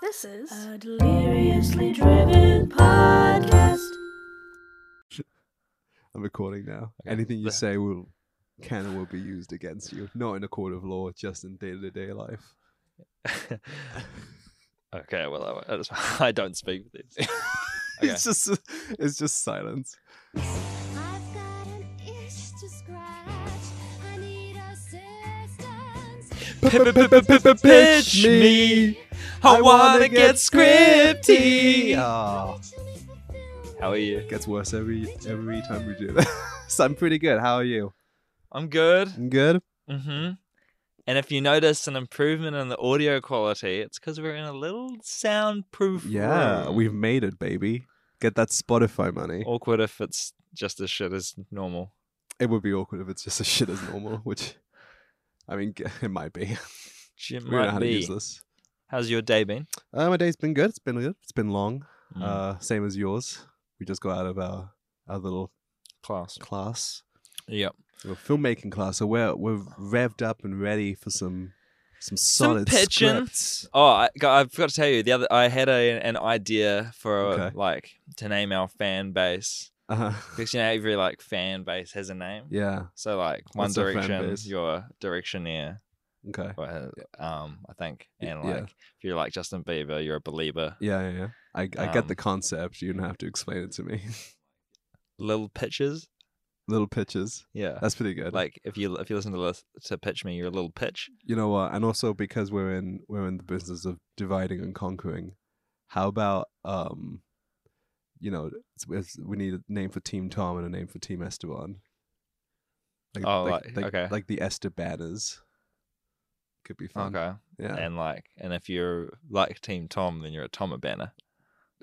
This is. A deliriously driven podcast. I'm recording now. Okay. Anything you The- say will can or will be used against you. Not in a court of law, just in day to day life. okay, well, I, won't- I just- I don't speak with this. Okay. It's just it's just silence. I've got an itch to scratch. I need assistance. Pitch me. I wanna wanna get get scripty. Ah, How are you? gets worse every every time we do this. I'm pretty good. How are you? I'm good. I'm good. Mm-hmm. And if you notice an improvement in the audio quality, it's because we're in a little soundproof Yeah, room. we've made it, baby. Get that Spotify money. awkward if it's just as shit as normal. It would be awkward if it's just as shit as normal, which I mean, g- it might be. Jim we don't know might how to be. use this. How's your day been? Uh, my day's been good. It's been good. It's been long. Mm, Uh, same as yours. We just got out of our our little class. class, Yep. little filmmaking class. So we're we're revved up and ready for some some solid pitching. scripts. Oh, I, go- I forgot to tell you the other. I had a, an idea for Okay. like to name our fan base Uh-huh. because you know every like fan base has a name. Yeah. So like One What's their fan Direction, base? your directioneer, Okay. or, uh, um, I think, Y- and yeah. like if you're like Justin Bieber, you're a believer. Yeah, yeah, yeah. I, I get the Um, concept. You don't have to explain it to me. Little pitches, little pitches. yeah. That's pretty good. Like if you if you listen to this, to pitch me, you're a little pitch. you know what? And also because we're in we're in the business of dividing and conquering. How about um, you know, it's, it's, we need a name for Team Tom and a name for Team Esteban. Like, Oh, like- okay. like the Estebanas. Could be fun. Okay, Yeah, and like and if you're like Team Tom, then you're a Tom banner.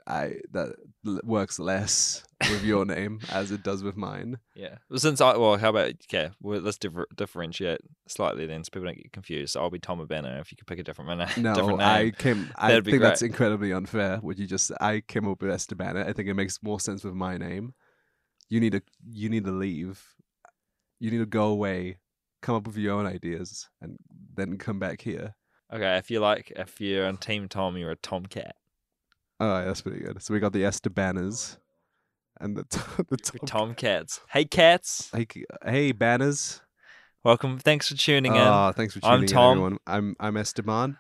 I that l- works less with your name as it does with mine. Yeah. Well, Since I well, how about okay, well, let's differ, differentiate slightly then, so people don't get confused. So I'll be Tom banner if you could pick a different, mana- No, different name. I came. I That'd think be that's great. incredibly unfair. What you just, I came up with Estabana. I think it makes more sense with my name. You need to, you need to leave. You need to go away, come up with your own ideas, and then come back here. Okay, if you like, if you're on Team Tom, you're a Tomcat. All right, that's pretty good. So we got the Estabanas, and the t- the You're top. Tomcats. Hey, cats. Like, hey, banners. Welcome. Thanks for tuning in. Ah, thanks for tuning I'm in, Tom. everyone. I'm I'm Esteban.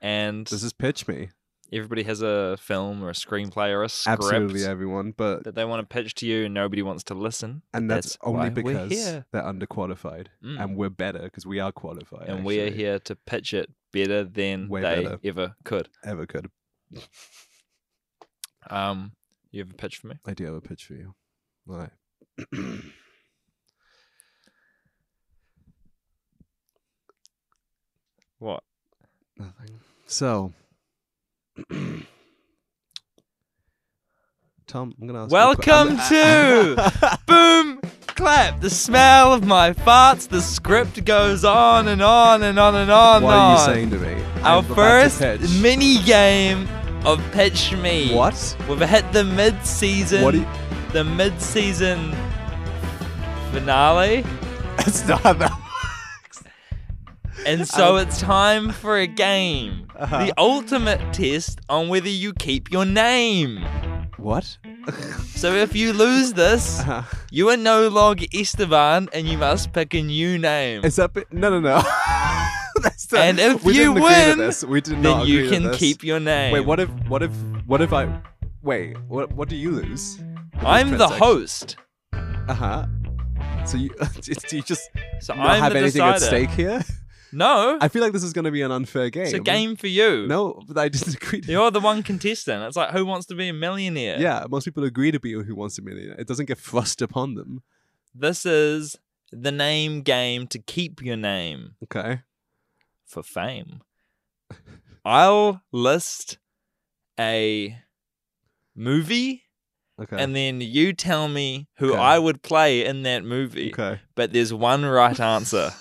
and This is pitch me. everybody has a film or a screenplay or a script Absolutely everyone, but that they want to pitch to you and nobody wants to listen. and that's, That's why only we're because here. they're underqualified. Mm. and we're better because we are qualified. and we are actually, here to pitch it better than Way they better. ever could. Ever could. Um, you have a pitch for me? I do have a pitch for you. All right. What? Nothing. So, Tom, I'm gonna ask. you a que- I'm- Welcome to Boom Clap. The smell of my farts. The script goes on and on and on and on. What and are you on. saying to me? I'm Our about to first pitch. mini game of Pitch Me. What? We've hit the mid-season. What? Are you- the mid-season finale, it's not that. and so it's time for a game. Uh-huh. The ultimate test on whether you keep your name. What? So if you lose this, Uh, you are no longer Esteban, and you must pick a new name. is that? Bit- no, no, no. That's not- And if we you didn't agree to win, this. we did then not agree you to can this. keep your name. Wait, what if? What if? What if I? Wait, what? What do you lose? I'm the host, Uh huh. So you do you just so not I'm have the anything decider. at stake here? No, I feel like this is going to be an unfair game. it's a game for you. No, but I disagree. To... You're the one contestant. It's like who wants to be a millionaire? Yeah, most people agree to be who wants a millionaire. It doesn't get thrust upon them. This is the name game to keep your name Okay. for fame. I'll list a movie Okay. and then you tell me who Okay. I would play in that movie. okay. But there's one right answer.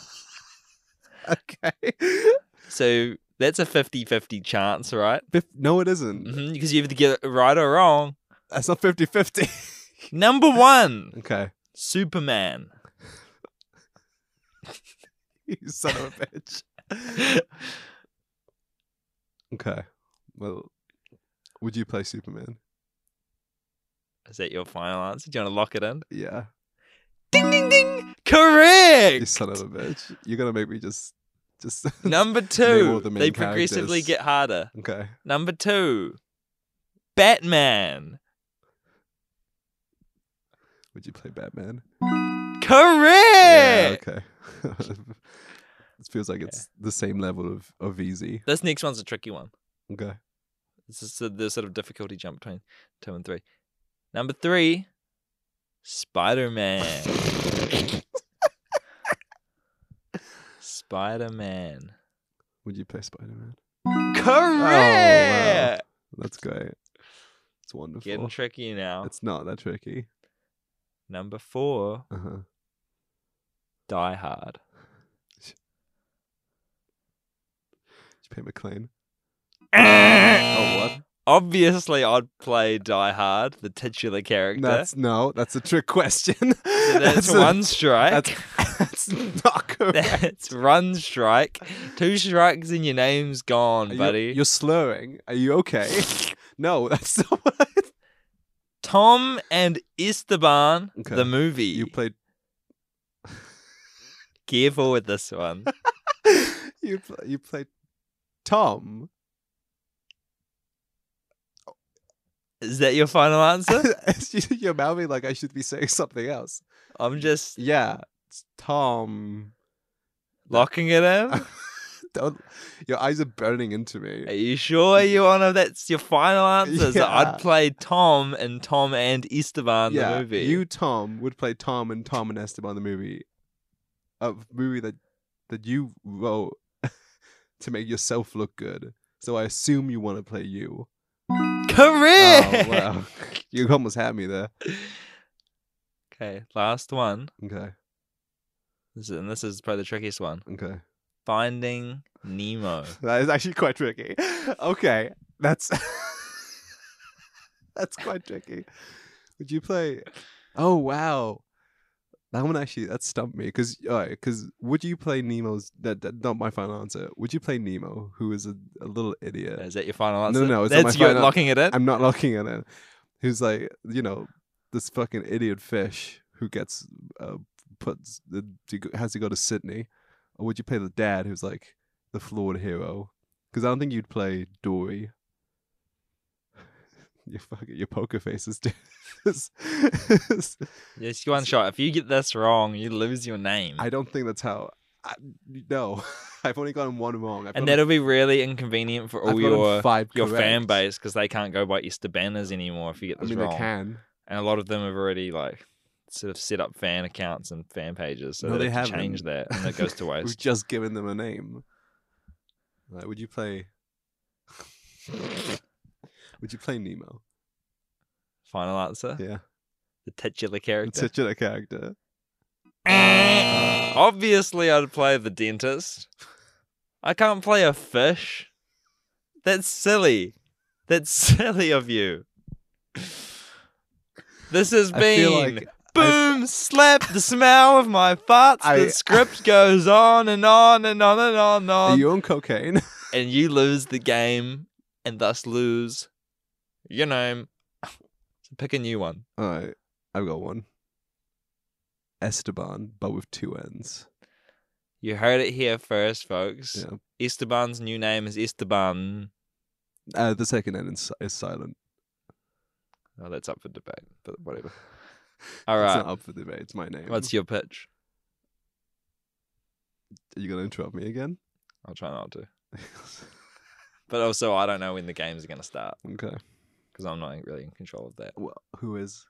Okay. so that's a 50 50 chance, right? Mm-hmm. Fif- no, it isn't. Because you either get it right or wrong. That's not 50 50. Number one, okay. Superman. You son of a bitch. Okay. Well, would you play Superman? Is that your final answer? Do you want to lock it in? Yeah. Ding ding ding! Correct. You son of a bitch. You're gonna make me just, just. Number Name all two. the main they progressively characters. get harder. okay. Number two. Batman. Would you play Batman? Yeah. Correct. Okay. it feels like it's the same level of of easy. This next one's a tricky one. Okay. This is the, the sort of difficulty jump between two and three. Number three, Spider Man. Spider Man. Would you play Spider Man? Correct. Oh, That's great. It's wonderful. Getting tricky now. It's not that tricky. Number four, Uh huh. Die Hard. Did you play McLean? oh, what? Obviously, I'd play Die Hard, the titular character. That's no. That's a trick question. So that's, a- one strike. That's, that's not correct. That's, one strike. Two strikes and your name's gone, Are you- buddy. You're slurring. Are you okay? no, that's not what I- Tom and Esteban, Okay. the movie. you played. Careful with this one. You pl- you played Tom. Is that your final answer? You- You're mouthing like I should be saying something else. I'm just Yeah, it's Tom. locking it in. Don't, your eyes are burning into Are me. you sure you want to? That's your final answer. is that Yeah. I'd play Tom and Tom and Esteban, yeah, the movie. you Tom would play Tom and Tom and Esteban the movie, a movie that that you wrote to make yourself look good. So I assume you want to play you. Correct. Oh, wow. You almost had me there. Okay, last one. Okay. This is, and this is probably the trickiest one. Okay. Finding Nemo. That is actually quite tricky. Okay. That's That's quite tricky. Would you play Oh wow. That one actually that stumped me because because would you play Nemo's that, that not my final answer. Would you play Nemo, who is a, a little idiot? Is that your final No, answer? no, it's not my that's you final- locking it in. I'm not looking at it. Who's like, you know, this fucking idiot fish who gets uh, put has to go to Sydney, or would you play the dad who's like the flawed hero? Because I don't think you'd play Dory. Your fucking your poker face is. Yes, you one shot. If you get this wrong, you lose your name. I don't think that's how. I, no, I've only gotten one wrong. I've and gotten- that'll be really inconvenient for I've all gotten your five your fan correct. base because they can't go by Easter banners anymore if you get I this mean, wrong. they can. And a lot of them have already like sort of set up fan accounts and fan pages, so No, they, they have to change haven't. that and it goes to We've waste. just given them a name. Like, would you play? would you play Nemo? Final answer: Yeah, the titular the character. titular character. Obviously, I'd play the dentist. I can't play a fish. That's silly. That's silly of you. This has I been feel like boom, slap, the smell of my farts. I- the script goes on and on and on and on and are on. you on cocaine? and you lose the game and thus lose your name. So pick a new one. All right, I've got one. Esteban, but with two N's. You heard it here first, folks. Yeah. Esteban's new name is Esteban. Uh, the second N is, is silent. Oh, that's up for debate, but whatever. All It's right. not up for debate. It's my name. What's your pitch? Are you gonna interrupt me again? I'll try not to. But also, I don't know when the games are going to start okay. because I'm not really in control of that. Well, who is?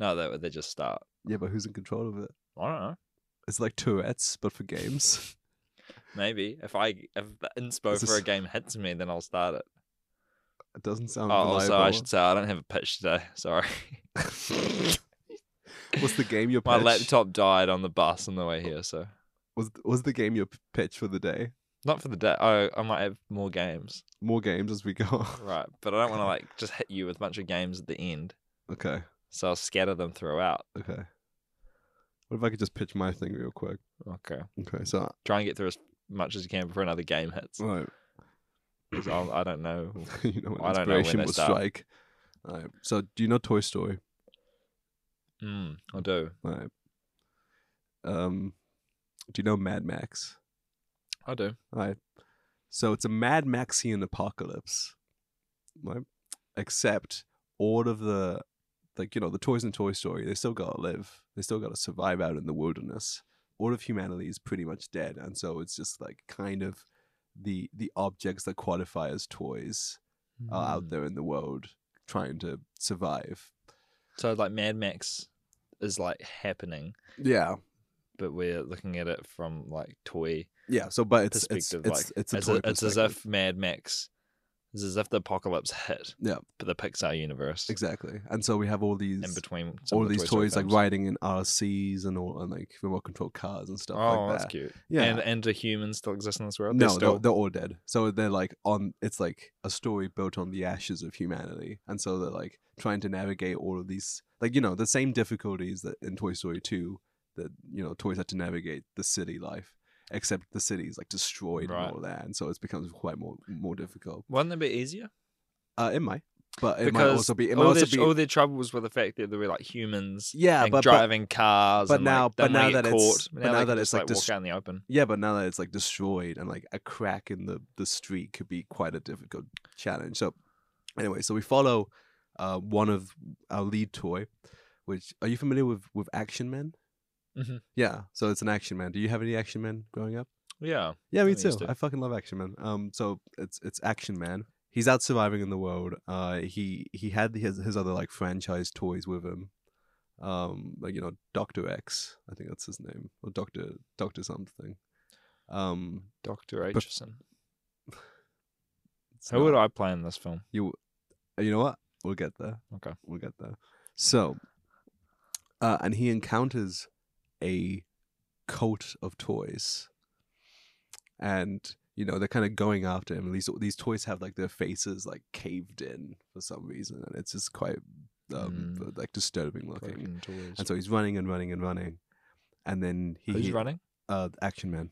No, they, they just start. Yeah, but who's in control of it? I don't know. It's like Tourette's, but for games. Maybe if I if the inspo This for a is- game hits me, then I'll start it. It doesn't sound. Oh, also, I reliable. should say I don't have a pitch today. Sorry, What's the game your pitch? my laptop died on the bus on the way here, so Was was the game your p- pitch for the day? not for the day. Oh, I might have more games, More games as we go. right? But I don't want to like just hit you with a bunch of games at the end, okay. so I'll scatter them throughout. Okay. What if I could just pitch my thing real quick? Okay, Okay. So try and get through as much as you can before another game hits. all right. 'Cause I'll- I don't know. you know, when I don't know when inspiration they will start. strike. Alright, So, do you know Toy Story? Mm, I do. Alright. Um, do you know Mad Max? I do. Right. So it's a Mad Maxian apocalypse. Right. Except all of the like, you know, the toys in Toy Story, they still gotta live. They still gotta survive out in the wilderness. All of humanity is pretty much dead. And so it's just like kind of the the objects that qualify as toys Hmm. are out Mm. there in the world trying to survive. So like Mad Max is like happening, Yeah. but we're looking at it from like toy Yeah. So but it's it's perspective. it's, like it's a as toy if- it's as perspective. if Mad Max, it's as if the apocalypse hit. Yeah. But the Pixar universe exactly. And so we have all these in between some all of the these Toy Story toys like films. riding in RCs and all and like remote control cars and stuff Oh, like that. that's cute. Yeah. And and do humans still exist in this world? no, They're they're, still... they're all dead. So they're like on. It's like a story built on the ashes of humanity, and so they're like trying to navigate all of these, like you know, the same difficulties that in Toy Story two that you know toys had to navigate the city life, except the city's like destroyed Right. and all that, and so it becomes quite more more difficult. Wouldn't that be easier? Uh, it might, but it might Because also be. It might All also their, be. all their trouble was with the fact that there were like humans. yeah, and but, but driving cars. but and, now- like, but they might now get that caught. it's- but now they that can it's, just, like, like dis- walk out in the open. Yeah, but now that it's like destroyed and like a crack in the the street could be quite a difficult challenge. So anyway, so we follow uh, one of our lead toy, which are you familiar with with Action Men? Mhm. Yeah, so it's an Action Man. Do you have any Action Men growing up? Yeah, Yeah, I me too. used to. I fucking love Action Man. Um, so it's it's Action Man. He's out surviving in the world. Uh, he he had his his other like franchise toys with him. Um, like you know, Doctor X, I think that's his name, or Doctor Doctor something. Um, Doctor But- Aitchison. it's Who would not- I play in this film? You, you know what? We'll get there. Okay. we'll get there. So, uh, and he encounters a cult of toys, and you know they're kind of going after him. And these these toys have like their faces like caved in for some reason, and it's just quite um, like disturbing looking. Broken Toys. And so he's running and running and running, and then he Who's he- running? Uh, Action Man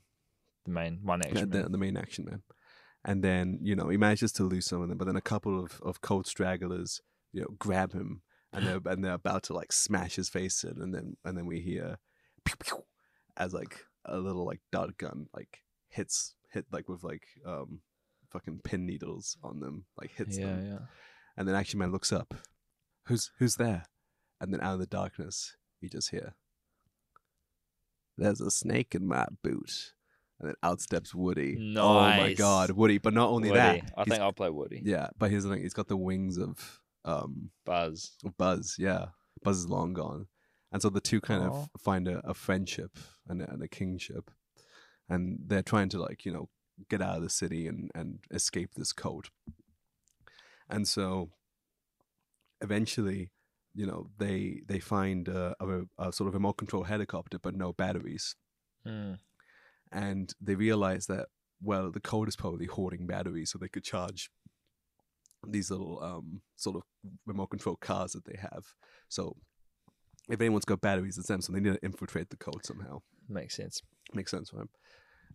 The main one the- action. the, the main action man. And then, you know, he manages to lose some of them, but then a couple of, of cold stragglers, you know, grab him and they're and they're about to like smash his face in and then and then we hear pew, pew, as like a little like dart gun like hits hit like with like um fucking pin needles on them, like hits yeah, them. yeah. And then Action Man looks up. Who's who's there? And then out of the darkness, you just hear There's a snake in my boot. And then out steps Woody. Oh my Nice. god, Woody. But not only Woody. that. I he's- think I'll play Woody. Yeah, but here's the thing, he's got the wings of um Buzz. of Buzz, yeah. Buzz is long gone. And so the two kind Aw. of find a, a friendship and a, and a kingship. And they're trying to, like, you know, get out of the city and, and escape this cult. And so eventually, you know, they they find a, a, a sort of remote control helicopter, but no batteries. Mm. And they realize that, well, the cult is probably hoarding batteries so they could charge these little um, sort of remote control cars that they have. So if anyone's got batteries, it's them. So they need to infiltrate the code somehow. Makes sense. Makes sense, right?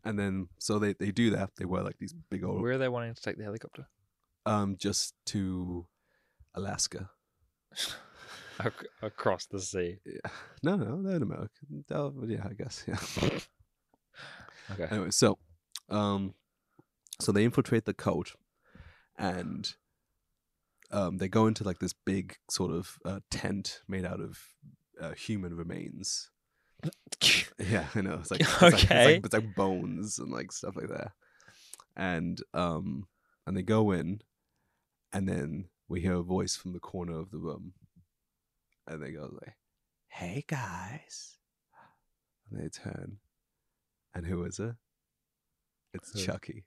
And then so they, they do that. They wear like these big old Where are they wanting to take the helicopter? um just to Alaska. Ac- across the sea. Yeah. No, no, they're in America. Oh, yeah, I guess. Yeah. Okay. anyway, so um so they infiltrate the cult and um they go into like this big sort of uh, tent made out of uh, human remains. Yeah, I know. It's like it's like, it's like- Okay. it's like bones and like stuff like that. And um and they go in and then we hear a voice from the corner of the room. And they go like, Hey guys. And they turn. And who is it? It's Who? Chucky.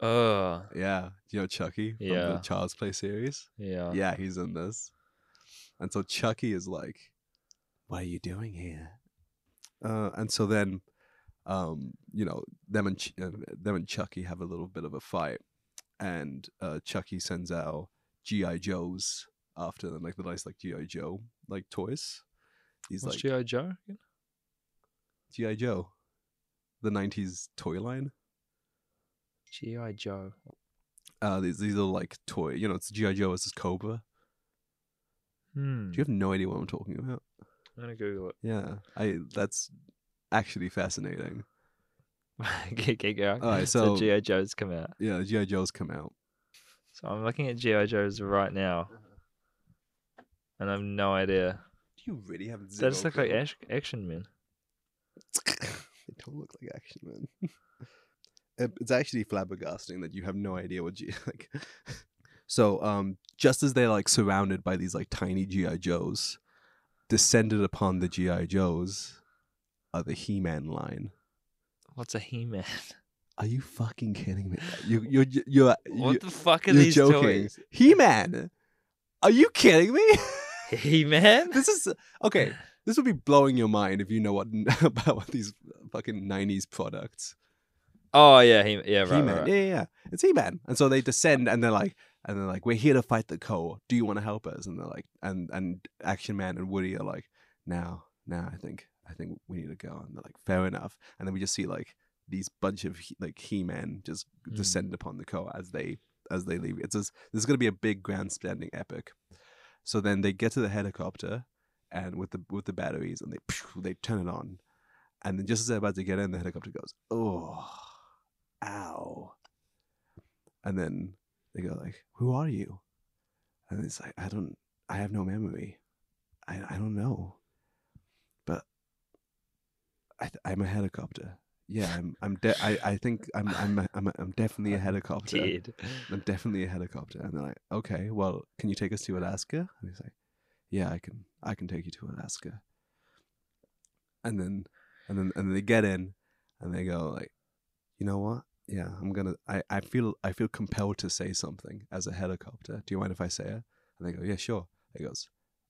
Oh, Yeah. You know Chucky from the Yeah. Child's Play series? yeah. Yeah, he's in this. And so Chucky is like, What are you doing here? Uh, and so then, um, you know, them and, Ch- uh, them and Chucky have a little bit of a fight. And uh, Chucky sends out G.I. Joes after them, like the nice, like G.I. Joe, like toys. He's What's like, G.I. Joe? again? G.I. Joe, the 90s toy line. G.I. Joe. Uh, these these are like toy. You know, it's GI Joe versus Cobra. Do you have no idea what I'm talking about? Hmm. I'm gonna Google Yeah, I. That's actually fascinating. it. okay, keep going. All right, Uh, so- GI Joes come out. Yeah, the GI Joes come out. So I'm looking at GI Joes right now, and I've no idea. Do you really have? They just look like ash- action men. they don't look like action man. It- it's actually flabbergasting that you have no idea what G like. So, um, just as they're like surrounded by these like tiny GI Joes, descended upon the GI Joes are the He-Man line. What's a He-Man? Are you fucking kidding me? You, you're, j- you're, What you the fuck are you're these joking. toys? He-Man. Are you kidding me? He-Man? this is okay. This would be blowing your mind if you know what about what these fucking '90s products. Oh yeah, he- yeah, right, He-Man. right, Yeah, right. yeah, yeah. It's He-Man. And so they descend and they're like and they're like, We're here to fight the co. Do you want to help us? And they're like and and Action Man and Woody are like, Now, now I think I think we need to go. And they're like, Fair enough. And then we just see like these bunch of he- like He-Man just Mm. descend upon the co as they as they leave. It's just, this is gonna be a big grandstanding epic. So then they get to the helicopter and with the with the batteries and they they turn it on. And then just as they're about to get in, the helicopter goes, Oh ow. And then they go like, Who are you? And it's like, I don't I have no memory. I I don't know. But I th- I'm a helicopter. Yeah, I'm I'm de- I, I think I'm I'm a, I'm, a, I'm definitely a helicopter. Dead. I'm definitely a helicopter. And they're like, okay, well, can you take us to Alaska? And he's like, yeah, I can, I can take you to Alaska. And then, and then, and then they get in, and they go like, you know what? Yeah, I'm gonna. I, I feel, I feel compelled to say something as a helicopter. Do you mind if I say it? And they go, yeah, sure. He goes,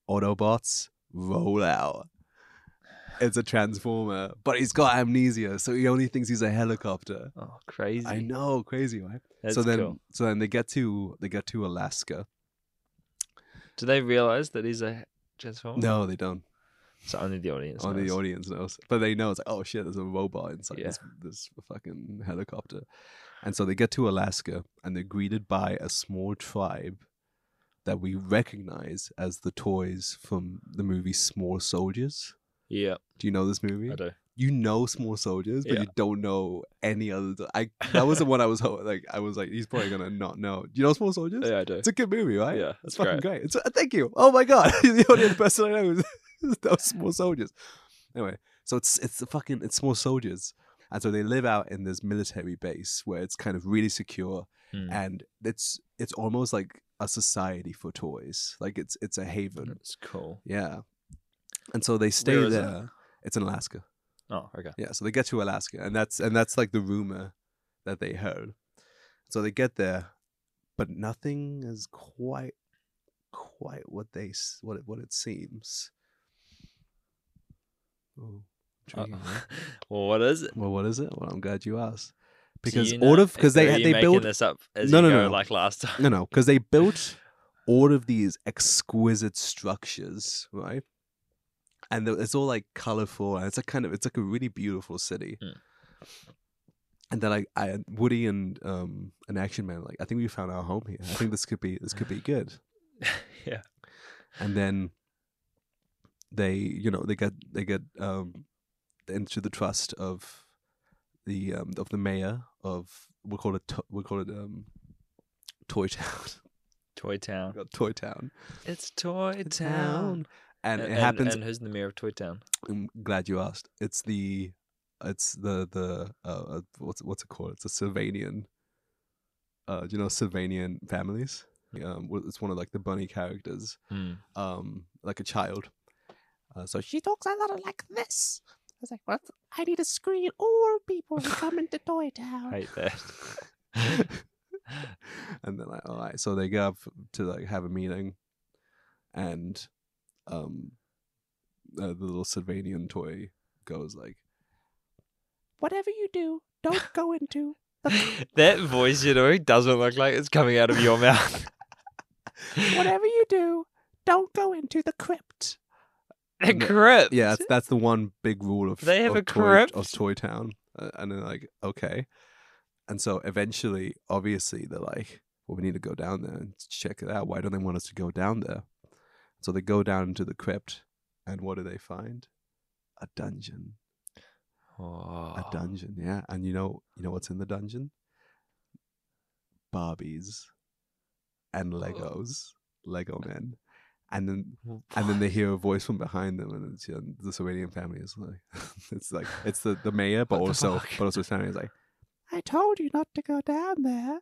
Autobots, roll out. It's a transformer, but he's got amnesia, so he only thinks he's a helicopter. Oh, crazy. I know, crazy, right? That's so then, cool. so then they get to they get to Alaska. Do they realize that he's a transformer? No, they don't. So only the audience. Only the knows. audience knows, but they know it's like, oh shit, there's a robot inside Yeah. this, this fucking helicopter. And so they get to Alaska, and they're greeted by a small tribe that we recognize as the toys from the movie Small Soldiers. Yeah, Do you know this movie? I do. You know Small Soldiers, but Yeah. you don't know any other. I that was the one I was ho- like, I was like, he's probably gonna not know. Do you know Small Soldiers? Yeah, I do. It's a good movie, right? Yeah, it's it's fucking great. It's, uh, thank you. Oh my god, You're the only other person I know is is those small soldiers. Anyway, so it's it's the fucking it's small soldiers, and so they live out in this military base where it's kind of really secure, Hmm. and it's it's almost like a society for toys. Like it's it's a haven. It's cool. Yeah, and so they stay Where is it? there. It's in Alaska. Oh, okay. Yeah, so they get to Alaska, and that's and that's like the rumor that they heard. So they get there, but nothing is quite quite what they s- what it, what it seems. Ooh, Uh, intriguing, huh? well, what is it? well, what is it? Well, I'm glad you asked Do because you all know? of because Or are they you they making built this up as No, you no, go, no. like last time. no no because they built all of these exquisite structures right and the- it's all like colorful and it's like kind of it's like a really beautiful city Mm. and then I, I woody and um an action man are like i think we found our home here i think this could be this could be good yeah. and then they you know they get they get um into the trust of the um of the mayor of we'll call it to- we'll call it um toy town Toy Town. got toy town It's Toy Town. And, it happens. And who's the mayor of Toy Town? I'm glad you asked. It's the, it's the the uh, uh, what's what's it called? It's a Sylvanian. Uh, do you know Sylvanian families? Um, wh- it's one of like the bunny characters. Um, like a child. Uh, so she talks a lot like this. I was like, what? I need to screen all people who come into Toy Town. hate that. and they're like, all right. So they go up to like have a meeting, and um, uh, the little Sylvanian toy goes like, "Whatever you do, don't go into." that voice you're doing doesn't look like it's coming out of your mouth. Whatever you do, don't go into the crypt. the No. crypt. Yeah, that's, that's the one big rule of They have of a toy, crypt? of Toy Town, Uh, and they're like, okay, and so eventually, obviously, they're like, well, we need to go down there and check it out. Why don't they want us to go down there? So they go down into the crypt, and what do they find? A dungeon. A Oh. dungeon, yeah. And you know, you know what's in the dungeon? Barbies and Legos, Lego men. And then, and then they hear a voice from behind them, and it's you know, the Slovenian family is like, it's like it's the, the mayor, but What the also fuck? but also his family is like, I told you not to go down there.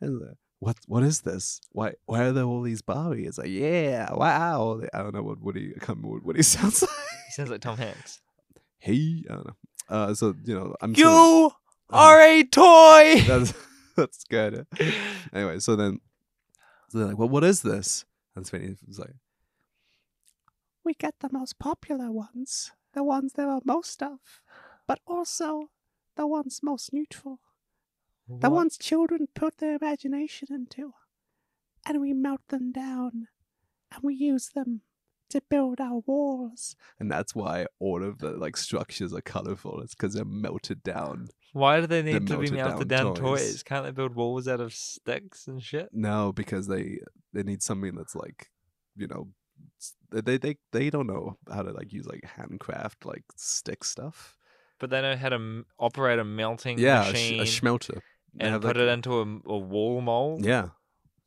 And the- what what is this? Why why are there all these Barbies? It's like yeah, wow. I don't know what Woody I can't remember what Woody sounds like. He sounds like Tom Hanks. Hey, I don't know. Uh, so you know, I'm You sure are a toy. that's that's good. Anyway, so then so they're like, "Well, what is this?" And Sweeney was like, "We get the most popular ones, the ones there are most of, but also the ones most neutral, What? ones children put their imagination into, and we melt them down, and we use them." To build our walls, and that's why all of the like structures are colorful. It's because they're melted down Why do they They're need to be melted melted down, down toys. toys. Can't they build walls out of sticks and shit? No, because they they need something that's like, you know, s- they they they don't know how to like use like handcraft like stick stuff. But they know how to m- operate a melting yeah, a, sh- machine a schmelter. They and have, put like- it into a, m- a wall mold. Yeah,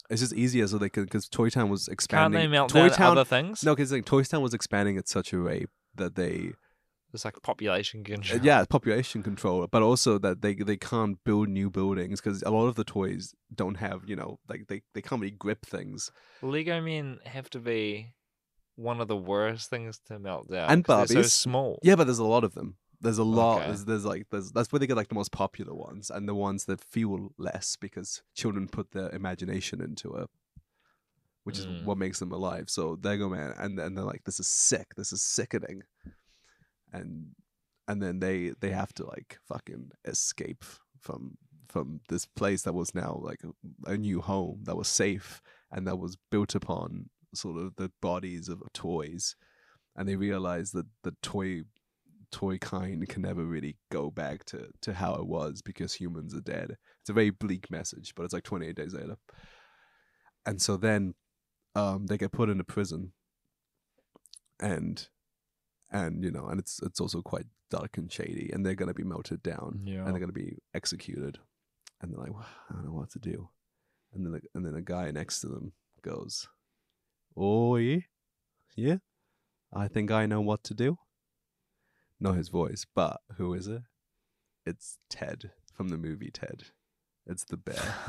it's just easier so they can because Toy Town was Can't expanding. they melt Toy down Town, other things? no, because like Toy Town was expanding at such a rate that they It's like population Uh, control. yeah, population control, but also that they they can't build new buildings because a lot of the toys don't have you know like they they can't really grip things. Lego men have to be one of the worst things to melt down. And 'cause they're so Barbies. small. Yeah, but there's a lot of them. There's a lot. Okay. There's, there's like there's that's where they get like the most popular ones and the ones that feel less because children put their imagination into it, which Mm. is what makes them alive. So they go, man, and and they're like, this is sick. This is sickening, and and then they they have to like fucking escape from from this place that was now like a, a new home that was safe and that was built upon sort of the bodies of toys and they realize that the toy toy kind can never really go back to to how it was because humans are dead it's a very bleak message but it's like 28 days later and so then um they get put into prison and and you know and it's it's also quite dark and shady and they're going to be melted down Yeah. and they're going to be executed and they're like "Wow, i don't know what to do and then the, and then a guy next to them goes oh yeah yeah i think i know what to do not his voice but who is it it's ted from the movie ted it's the bear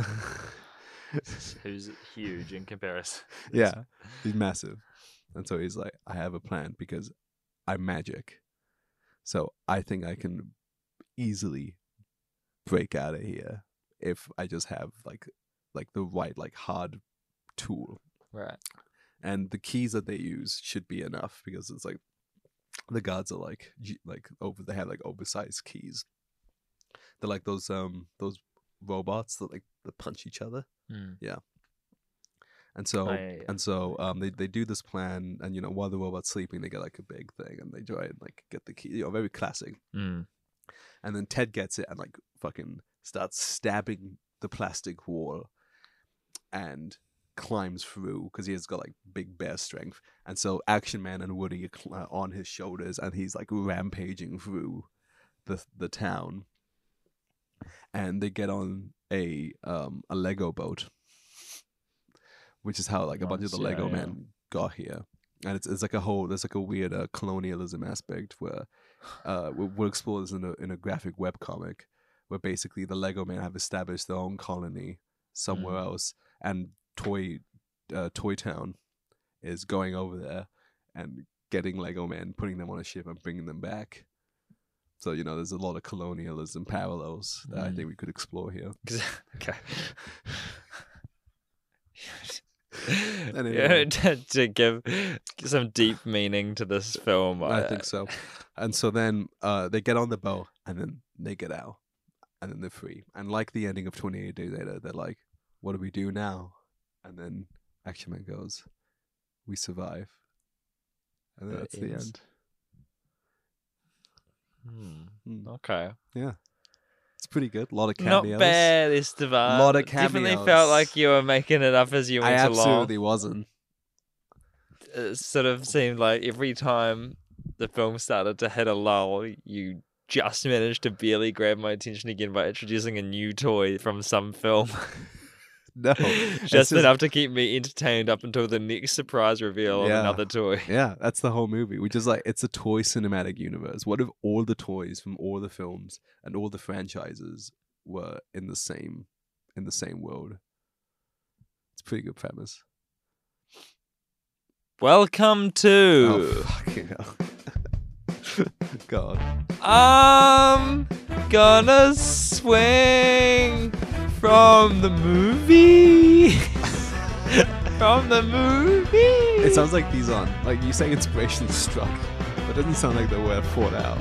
Who's huge in comparison? yeah he's massive and so he's like i have a plan because i'm magic so i think i can easily break out of here if i just have like like the right like hard tool Right. and the keys that they use should be enough because it's like the guards are like g- like over they have like oversized keys they're like those um those robots that like that punch each other Mm. and so Oh, yeah, yeah. and so um, they, they do this plan and you know while the robot's sleeping they get like a big thing and they try and like get the key you know very classic Mm. and then ted gets it and like fucking starts stabbing the plastic wall and climbs through because he has got like big bear strength and so action man and woody are cl- uh, on his shoulders and he's like rampaging through the the town and they get on a um a lego boat which is how like a bunch of the Nice, yeah, lego yeah. men got here and it's, it's like a whole there's like a weird uh, colonialism aspect where uh we- we'll explore this in a, in a graphic web comic where basically the lego men have established their own colony somewhere else and toy uh, toy town is going over there and getting lego men putting them on a ship and bringing them back so you know there's a lot of colonialism parallels that i Mm. think we could explore here 'Cause- okay. Anyway. to, to give some deep meaning to this film, Uh, I think so. And so then uh, they get on the boat and then they get out and then they're free. And like the ending of 28 Days Later, they're like, what do we do now? And then Action Man goes, we survive. And then That that's the ends. end. Hmm. Mm. Okay. Yeah. It's pretty good. A lot of Not Hmm. cameos. bad, Esteban. Lot of Definitely cameos. felt like you were making it up as you I went along. absolutely wasn't. It sort of seemed like every time the film started to hit a lull, you just managed to barely grab my attention again by introducing a new toy from some film. No, it's just enough to keep me entertained up until the next surprise reveal Yeah. of another toy. Yeah, that's the whole movie. We just like it's a toy cinematic universe. What if all the toys from all the films and all the franchises were in the same in the same world? It's a pretty good premise. Welcome to Oh fucking hell. God. I'm gonna swing from the movie. from the movie. It sounds like these aren't like you saying inspiration struck. That doesn't sound like the word thought out.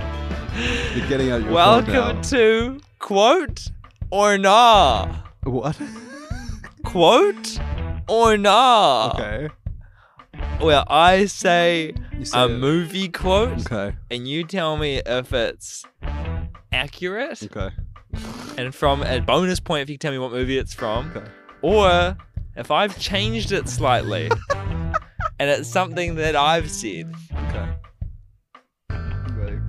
You're getting out your thought Welcome now. to quote or nah. What? Quote or nah. okay. Where I say You said a it. movie quote Okay. and you tell me if it's accurate Okay. and from a bonus point if you tell me what movie it's from. Okay. Or if I've changed it slightly and it's something that I've said. Okay. You ready?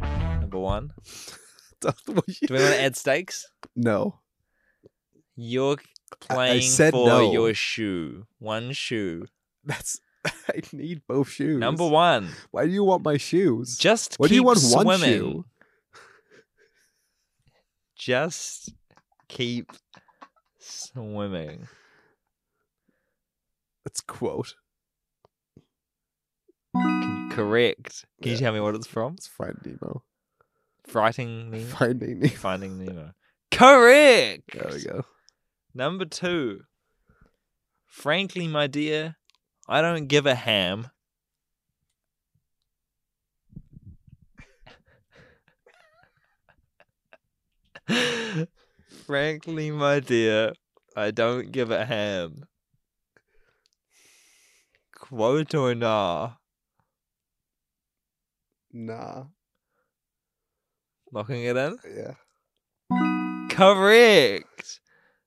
Number one. What you- Do we want to add stakes? No. You're I playing said for no. your shoe. One shoe. That's I need both shoes. Number one. Why do you want my shoes? Just Why keep do you want swimming. one shoe? Just keep swimming. That's quote. Can you correct? Can you Yeah. tell me what it's from? It's Find Nemo. Frighting Nemo. Finding Nemo. Finding Nemo. Correct. There we go. Number two. Frankly, my dear, I don't give a ham. Frankly, my dear, I don't give a ham. Quote or nah, Nah. locking it in. Yeah. Correct.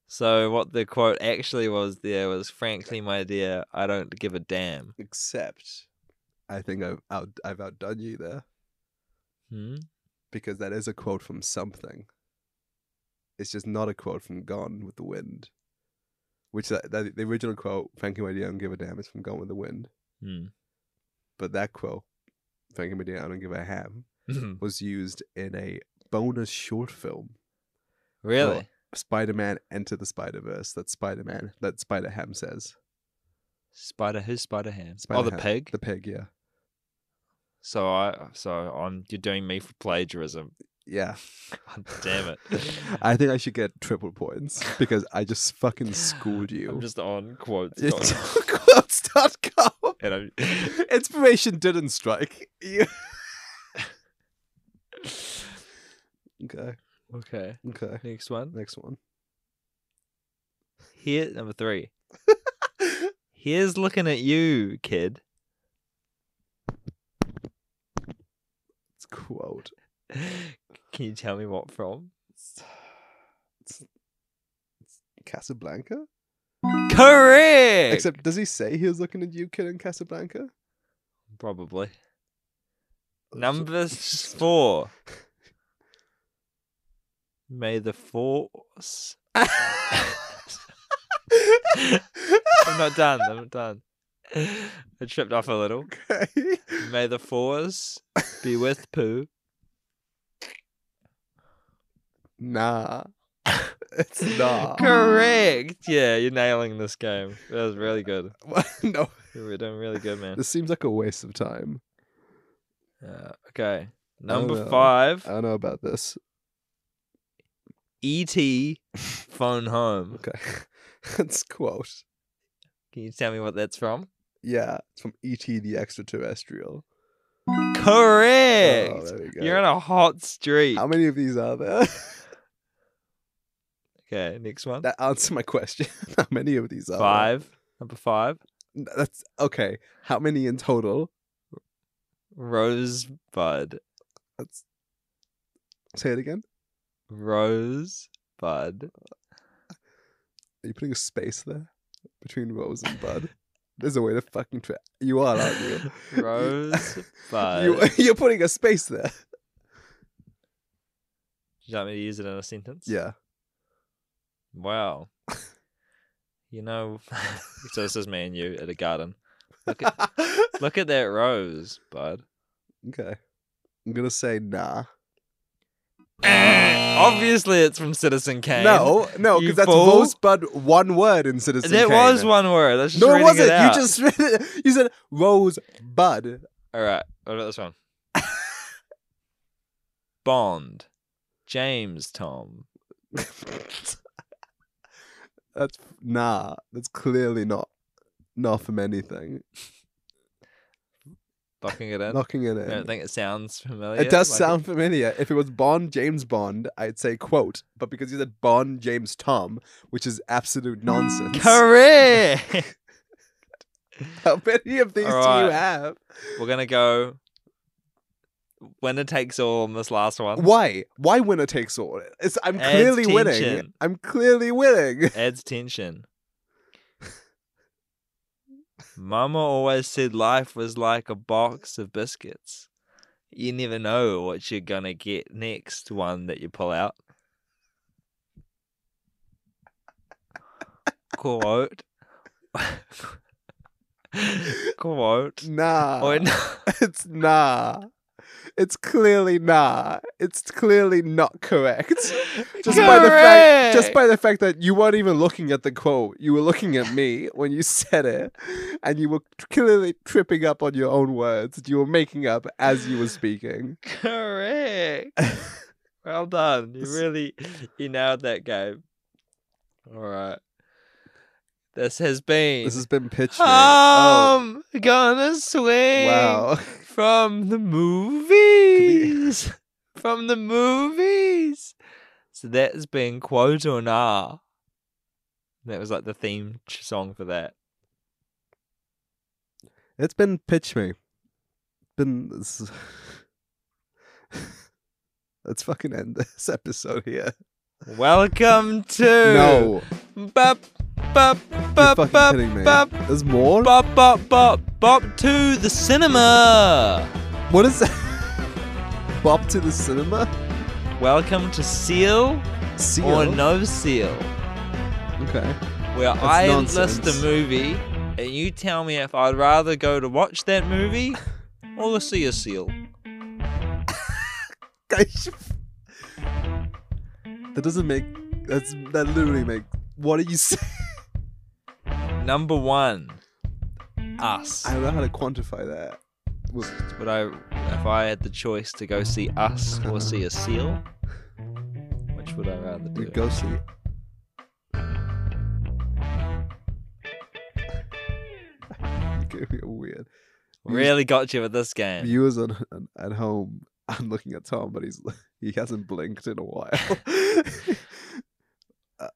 So what the quote actually was there was, "Frankly, my dear, I don't give a damn." Except, I think I've out I've outdone you there Hmm? because that is a quote from something. It's just not a quote from Gone with the Wind, which that, that the original quote "Thank you, my dear, I don't give a damn" is from Gone with the Wind, Hmm. but that quote "Thank you, my dear, I don't give a ham" was used in a bonus short film really? Spider-Man Enter the Spider-Verse that Spider-Man that Spider-Ham says. Spider who's Spider Ham? Spider oh, the Ham. pig. The pig, yeah. So I, so I'm. You're doing me for plagiarism. Yeah. God damn it! I think I should get triple points because I just fucking schooled you. I'm just on quotes, It's- dot- Quotes.com. and I'm. Inspiration didn't strike. You- okay. Okay, Okay. next one. Next one. Here, number three. Here's looking at you, kid. It's quote. Can you tell me what from? It's, it's, it's Casablanca? Correct. Except does he say he was looking at you kid in Casablanca? Probably. Number s- four. May the force. I'm not done. I'm not done. I tripped off a little. Okay. May the force be with Pooh. Nah. It's nah. Correct. Yeah, you're nailing this game. That was really good. What? no. You We're doing really good, man. This seems like a waste of time. Uh, okay. Number know. five. I don't know about this. E.T. Phone Home. Okay. it's quote. Can you tell me what that's from? Yeah. It's from E.T. the Extraterrestrial. Oh, Correct. there we go. You're on a hot streak. How many of these are there? Okay, next one. that answer my question. How many of these are there? five. Number five. N- That's okay. How many in total? Rosebud. That's Say it again. Rose Bud. Are you putting a space there between Rose and Bud? There's a way to fucking tra- you are, aren't you? You- Rose Bud. you, you're putting a space there. Do you like me to use it in a sentence? Yeah. Wow. you know, so this is me and you at a garden. Look at, okay. look at that rose, bud. I'm gonna say nah. Obviously, it's from Citizen Kane. No, no, You because that's fool. Rose Bud one word in Citizen There Kane. was one word. I was just No, it reading wasn't. out. you just read it. You said Rose Bud. All right. What about this one? Bond. James Tom. that's nah. That's clearly not not from anything. Locking it in. Knocking it I in. don't think it sounds familiar. It does like sound familiar. If it was Bond James Bond, I'd say quote, but because you said Bond James Tom, which is absolute nonsense. Correct. How many of these do you Alright. have? We're gonna go. Winner takes all on this last one. Why? Why winner takes all? It's I'm Adds clearly winning. tension. I'm clearly winning. Adds tension. Mama always said life was like a box of biscuits. You never know what you're gonna get next one that you pull out. Quote. Quote. Nah. Or It's nah. It's clearly nah. It's clearly not correct. Just by the fact just by the fact that you weren't even looking at the quote. You were looking at me when you said it and you were clearly tripping up on your own words that you were making up as you were speaking. Correct. well done. You This- really you nailed that game. All right. This has been. This has been pitched. Oh, I'm gonna swing wow. from the movies. from the movies. So that's been quote or nah. That was like the theme ch- song for that. It's been pitch me. Been this- Let's fucking end this episode here. Welcome to No, Bop, bop, you're bop, fucking bop, kidding me. bop, There's more. bop, bop, bop, bop to the cinema. What is that? Bop to the cinema. Welcome to Seal, See or ya. No Seal, Okay. where I nonsense. list a movie and you tell me if I'd rather go to watch that movie or see a seal. Guys, that doesn't make. That's that literally make. What are you saying? Number one, Us. I don't know how to quantify that. Well, Would I, if I had the choice to go see Us or see a seal, which would I rather do? we go see. You're giving me a weird. Really got you with this game. viewers at, at home i'm looking at tom but he's he hasn't blinked in a while Uh,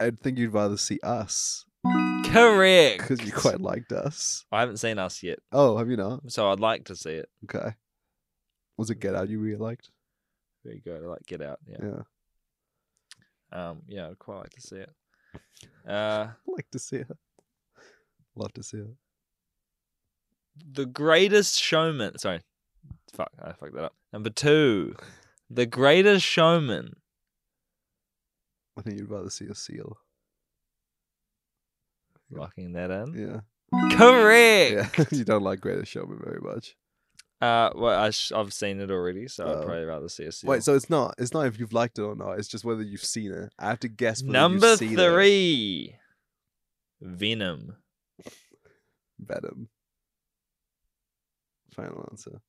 i'd think you'd rather see us Correct. because you quite liked us I haven't seen Us yet, oh have you not so I'd like to see it. okay was it get out you really liked Very good. I like Get Out. Yeah. yeah Um. Yeah. I'd quite like to see it. Uh, I'd like to see it love to see it the Greatest Showman. Sorry. Fuck. I fucked that up. Number two, The Greatest Showman. i think you'd rather see a seal Locking that in. yeah yeah Correct. you don't like greatest showman very much Uh. Well, I sh- I've seen it already, so Oh. I'd probably rather see a seal. wait so it's not it's not if you've liked it or not it's just whether you've seen it i have to guess whether number you've seen it. three, Venom. Venom. Final answer.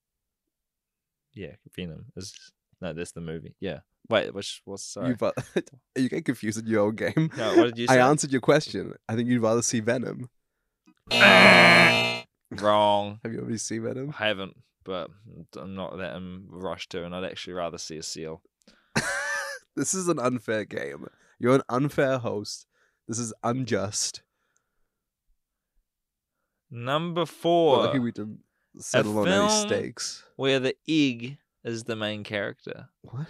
Yeah, Venom is no. That's the movie. Yeah. Wait. Which was sorry. You, but you get confused in your own game. No. What did you say? I answered your question. I think you'd rather see Venom. Wrong. Have you already seen Venom? I haven't, but I'm not that I'm rushed to, and I'd actually rather see a seal. This is an unfair game. You're an unfair host. This is unjust. Number We're four, lucky we didn't settle on any film- stakes. where the egg is the main character. What?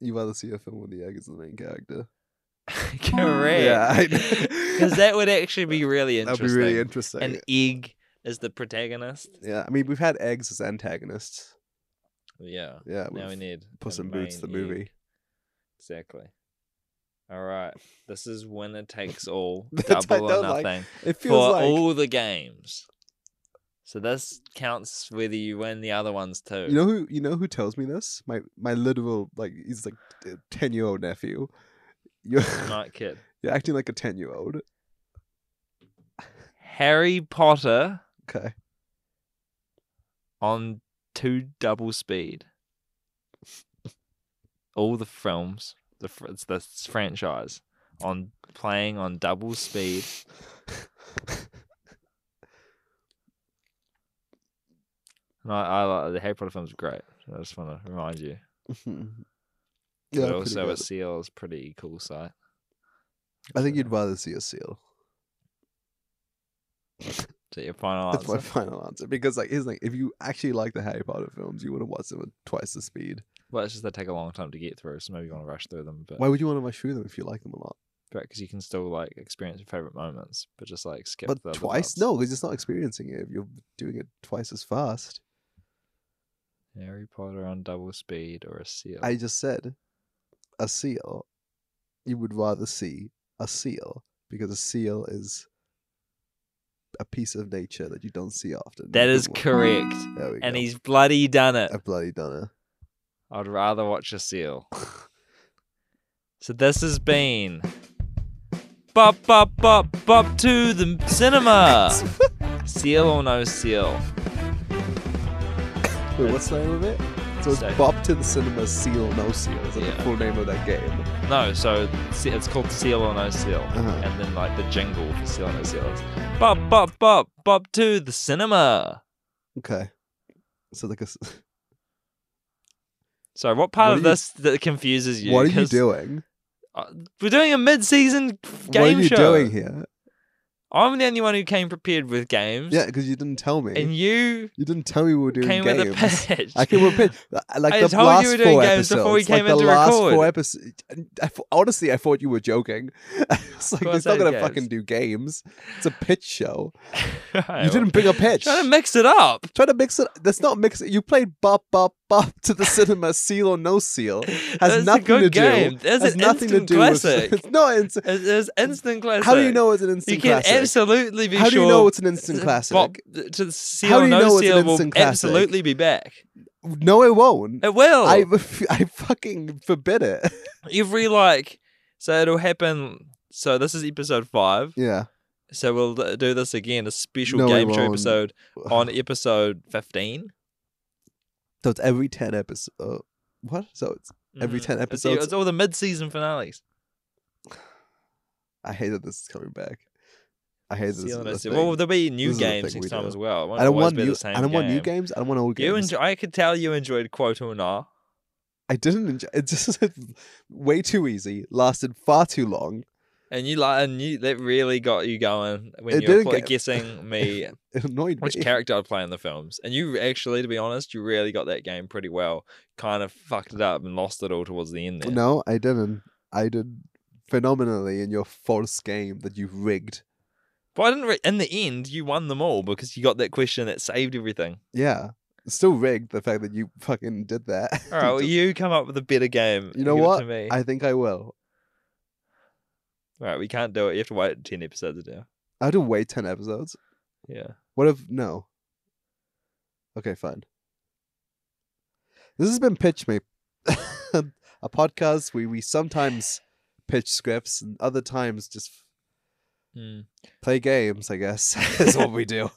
You rather see a film where the egg is the main character? Correct. Oh. Yeah, I know. Because that would actually be really That'd interesting. be really interesting. An egg is the protagonist. yeah, I mean we've had eggs as antagonists. Yeah. Yeah, Now we with need Puss a in Boots the main egg. movie. Exactly. All right. This is winner takes all, That's- I double or don't like- nothing It feels for like all the games. So this counts whether you win the other ones too. you know who you know who tells me this? My my literal like he's like ten year old nephew. You're, Night Kid. you're acting like a ten year old. Harry Potter Okay. on two double speed. All the films, the fr- it's this franchise on playing on double speed. And I, I like the Harry Potter films are great. I just want to remind you. Mhm. but pretty also a good. seal is pretty cool sight. I think you'd rather see a seal. Is that your final That's my answer? final answer because like here's like if you actually like the Harry Potter films, you would have watched them at twice the speed. Well, it's just they take a long time to get through, so maybe you want to rush through them. But Why would you want to rush through them if you like them a lot? because you can still like experience your favorite moments, but just like skip. the but other twice? parts. No, because it's not experiencing it if you're doing it twice as fast. Harry Potter on double speed or a seal. I just said a seal. You would rather see a seal because a seal is a piece of nature that you don't see often. That You is wa- correct, There we and go. he's bloody done it. I've bloody done I'd rather watch a seal. so this has been. Bop bop bop bop to the cinema. seal or no seal. it. Wait, what's the name of it? So it's So- Bob to the Cinema Seal No Seal. Is that Yeah. the full name of that game? No, so se- it's called Seal or No Seal, Uh-huh. and then like the jingle for Seal or No Seal is bop bop bop bop to the cinema. Okay. So like a s So what part What of are you- this that confuses you? what are you 'Cause, doing? uh, We're doing a mid-season f- game what are you show. doing here? I'm the only one who came prepared with games. Yeah, because you didn't tell me. and you you didn't tell me we were doing came games. with a pitch. I can repeat. uh, Like I the told you last we were doing four games before we episodes, came like in the to last record. four episodes. I thought- honestly, I thought you were joking. it's like course he's not I gonna guessed. fucking do games. It's a pitch show. Right, you didn't bring a pitch. trying to mix it up. Try to mix it. That's not mix it. You played bop bop bop to the cinema, seal or no seal. Has That's nothing a good to do. game. That's has an nothing to instant do classic. with. It's not instant. It is instant classic. How do you know it's an instant You can classic? absolutely be How sure. do you know it's an instant classic? Bop to the seal How do or you no know it's an seal will instant classic? absolutely be back. no, it won't. It will. I, ref- I fucking forbid it. Every like, so it'll happen. So this is episode five. yeah. So we'll d- do this again, a special No, we game show won't. episode on episode fifteen. So it's every 10 episodes. what? So it's. Every 10 Mm. It's the- episodes. It's, all the mid-season finales. I hate that this is coming back. I hate that this. Seal Is or a no seal. thing. Well, there'll be new This is the games thing next we time do. as well. It won't I don't always want be the new. same I don't want new game. games. I don't want old games. You enjoy, I could tell you enjoyed Quota or Nah. I didn't enjoy. It's just way too easy. Lasted far too long. And you like, and you that really got you going when It you were didn't pl- get- guessing me It annoyed which me. character I'd play in the films. And you actually, to be honest, you really got that game pretty well. Kind of fucked it up and lost it all towards the end there. No, I didn't. I did phenomenally in your false game that you rigged. But I didn't. Re- in the end, you won them all because you got that question that saved everything. Yeah. It's still rigged the fact that you fucking did that. All right, well, Just- you come up with a better game. and know give it what? To me. I think I will. All right, we can't do it. You have to wait ten episodes now. I have to wait 10 episodes. Yeah. What if. No. Okay, fine. This has been Pitch Me, a podcast where we sometimes pitch scripts and other times just Mm. play games, I guess, is what we do.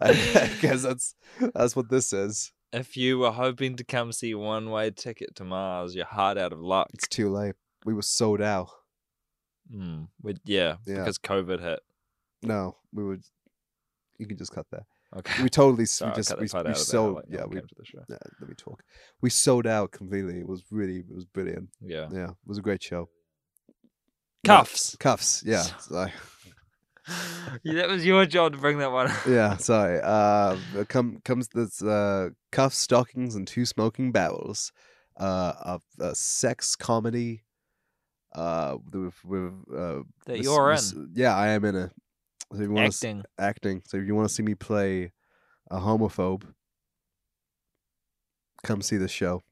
I guess that's, that's what this is. If you were hoping to come see One Way Ticket to Mars, you're hard out of luck. It's too late. We were sold out. Mm. With, yeah, Hmm. Yeah. because COVID hit. No, we were. You can just cut that. Okay. We totally. Sorry, we I'll just. Oh, cut We, that part we out of there, sold. like, no yeah, one we came to the show. Yeah, let me talk. We sold out completely. It was really, it was brilliant. Yeah. Yeah, it was a great show. Yeah, Cuffs. Cuffs. Yeah. so- that was your job to bring that one up. yeah, sorry. Uh, the come comes this uh, cuffs, stockings, and two smoking barrels. Uh, a, a sex comedy. Uh, with, with uh, That Miss- you're Miss- in. Yeah, I am in it. So if you want to Acting. acting. So if you want to see me play a homophobe, come see the show.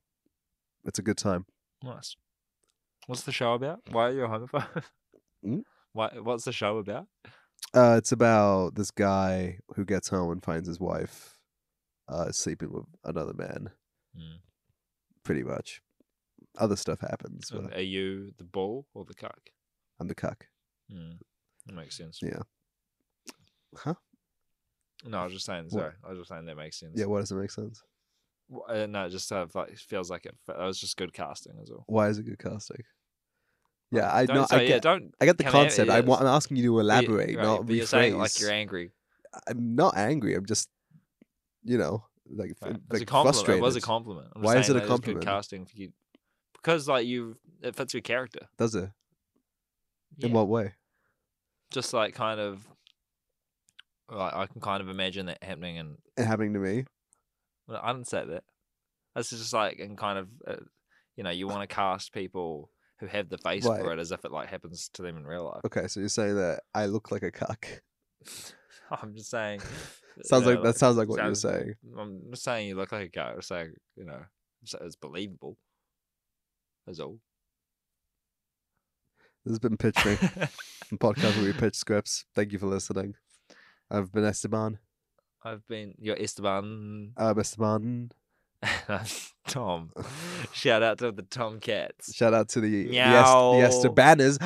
It's a good time. Nice. What's the show about? Why are you a homophobe? Hmm? Why, what's the show about? Uh, it's about this guy who gets home and finds his wife uh, sleeping with another man. Mm. Pretty much. Other stuff happens. And But Are you the bull or the cock? I'm the cuck. Mm. That makes sense. Yeah. Huh? No, I was just saying. What? Sorry, I was just saying that makes sense. Yeah, why does it make sense? W- Uh, no, it just sort of like feels like it. That was just good casting as well. Why is it good casting? Yeah, I don't know. say- I yeah, get, don't. I get the come at me, concept. I yes. want, I'm asking you to but elaborate, you- right, not but rephrase. you're saying it like you're angry. I'm not angry. I'm just, you know, like, f- Right. It was like a compliment. frustrated. It was a compliment. I'm just Why is saying it a that was Good compliment? casting for you, because like you, it fits your character. Does it? In Yeah. what way? Just like kind of, like I can kind of imagine that happening, and It happening to me? well, I didn't say that. This is just like and kind of, uh, you know, you want to cast people who have the face for Right. it as if it like happens to them in real life. Okay, so you're saying that I look like a cuck. I'm just saying. Sounds no, like that sounds like what sounds- you're saying. I'm not saying you look like a guy. I'm saying you know so it's believable. That's all. This has been Pitch Me, a podcast where we pitch scripts. Thank you for listening. I've been Esteban. I've been your Esteban I'm Esteban. Tom. Shout out to the Tomcats. Shout out to the the, Meow. es- the Estebanas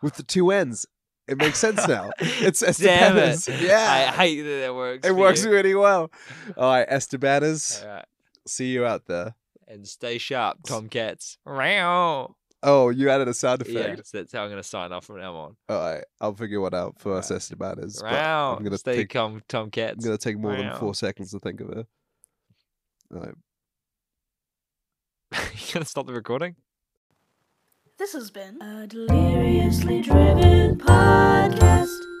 with the two N's. It makes sense now. It's Damn it. Estebanas. Yeah. I hate that it works. it for works you. really well. All right, Estebanas. All right. See you out there. And stay sharp, Tomcats. Row. Oh, you added a sound Yeah, effect. so that's how I'm going to sign off from now on. All right, I'll figure one out for us Right. Estebanas. but Row. I'm gonna Stay take calm, I'm Tomcats. gonna take more than Wow. four seconds to think of it. All right. you going to stop the recording? This has been a deliriously driven podcast.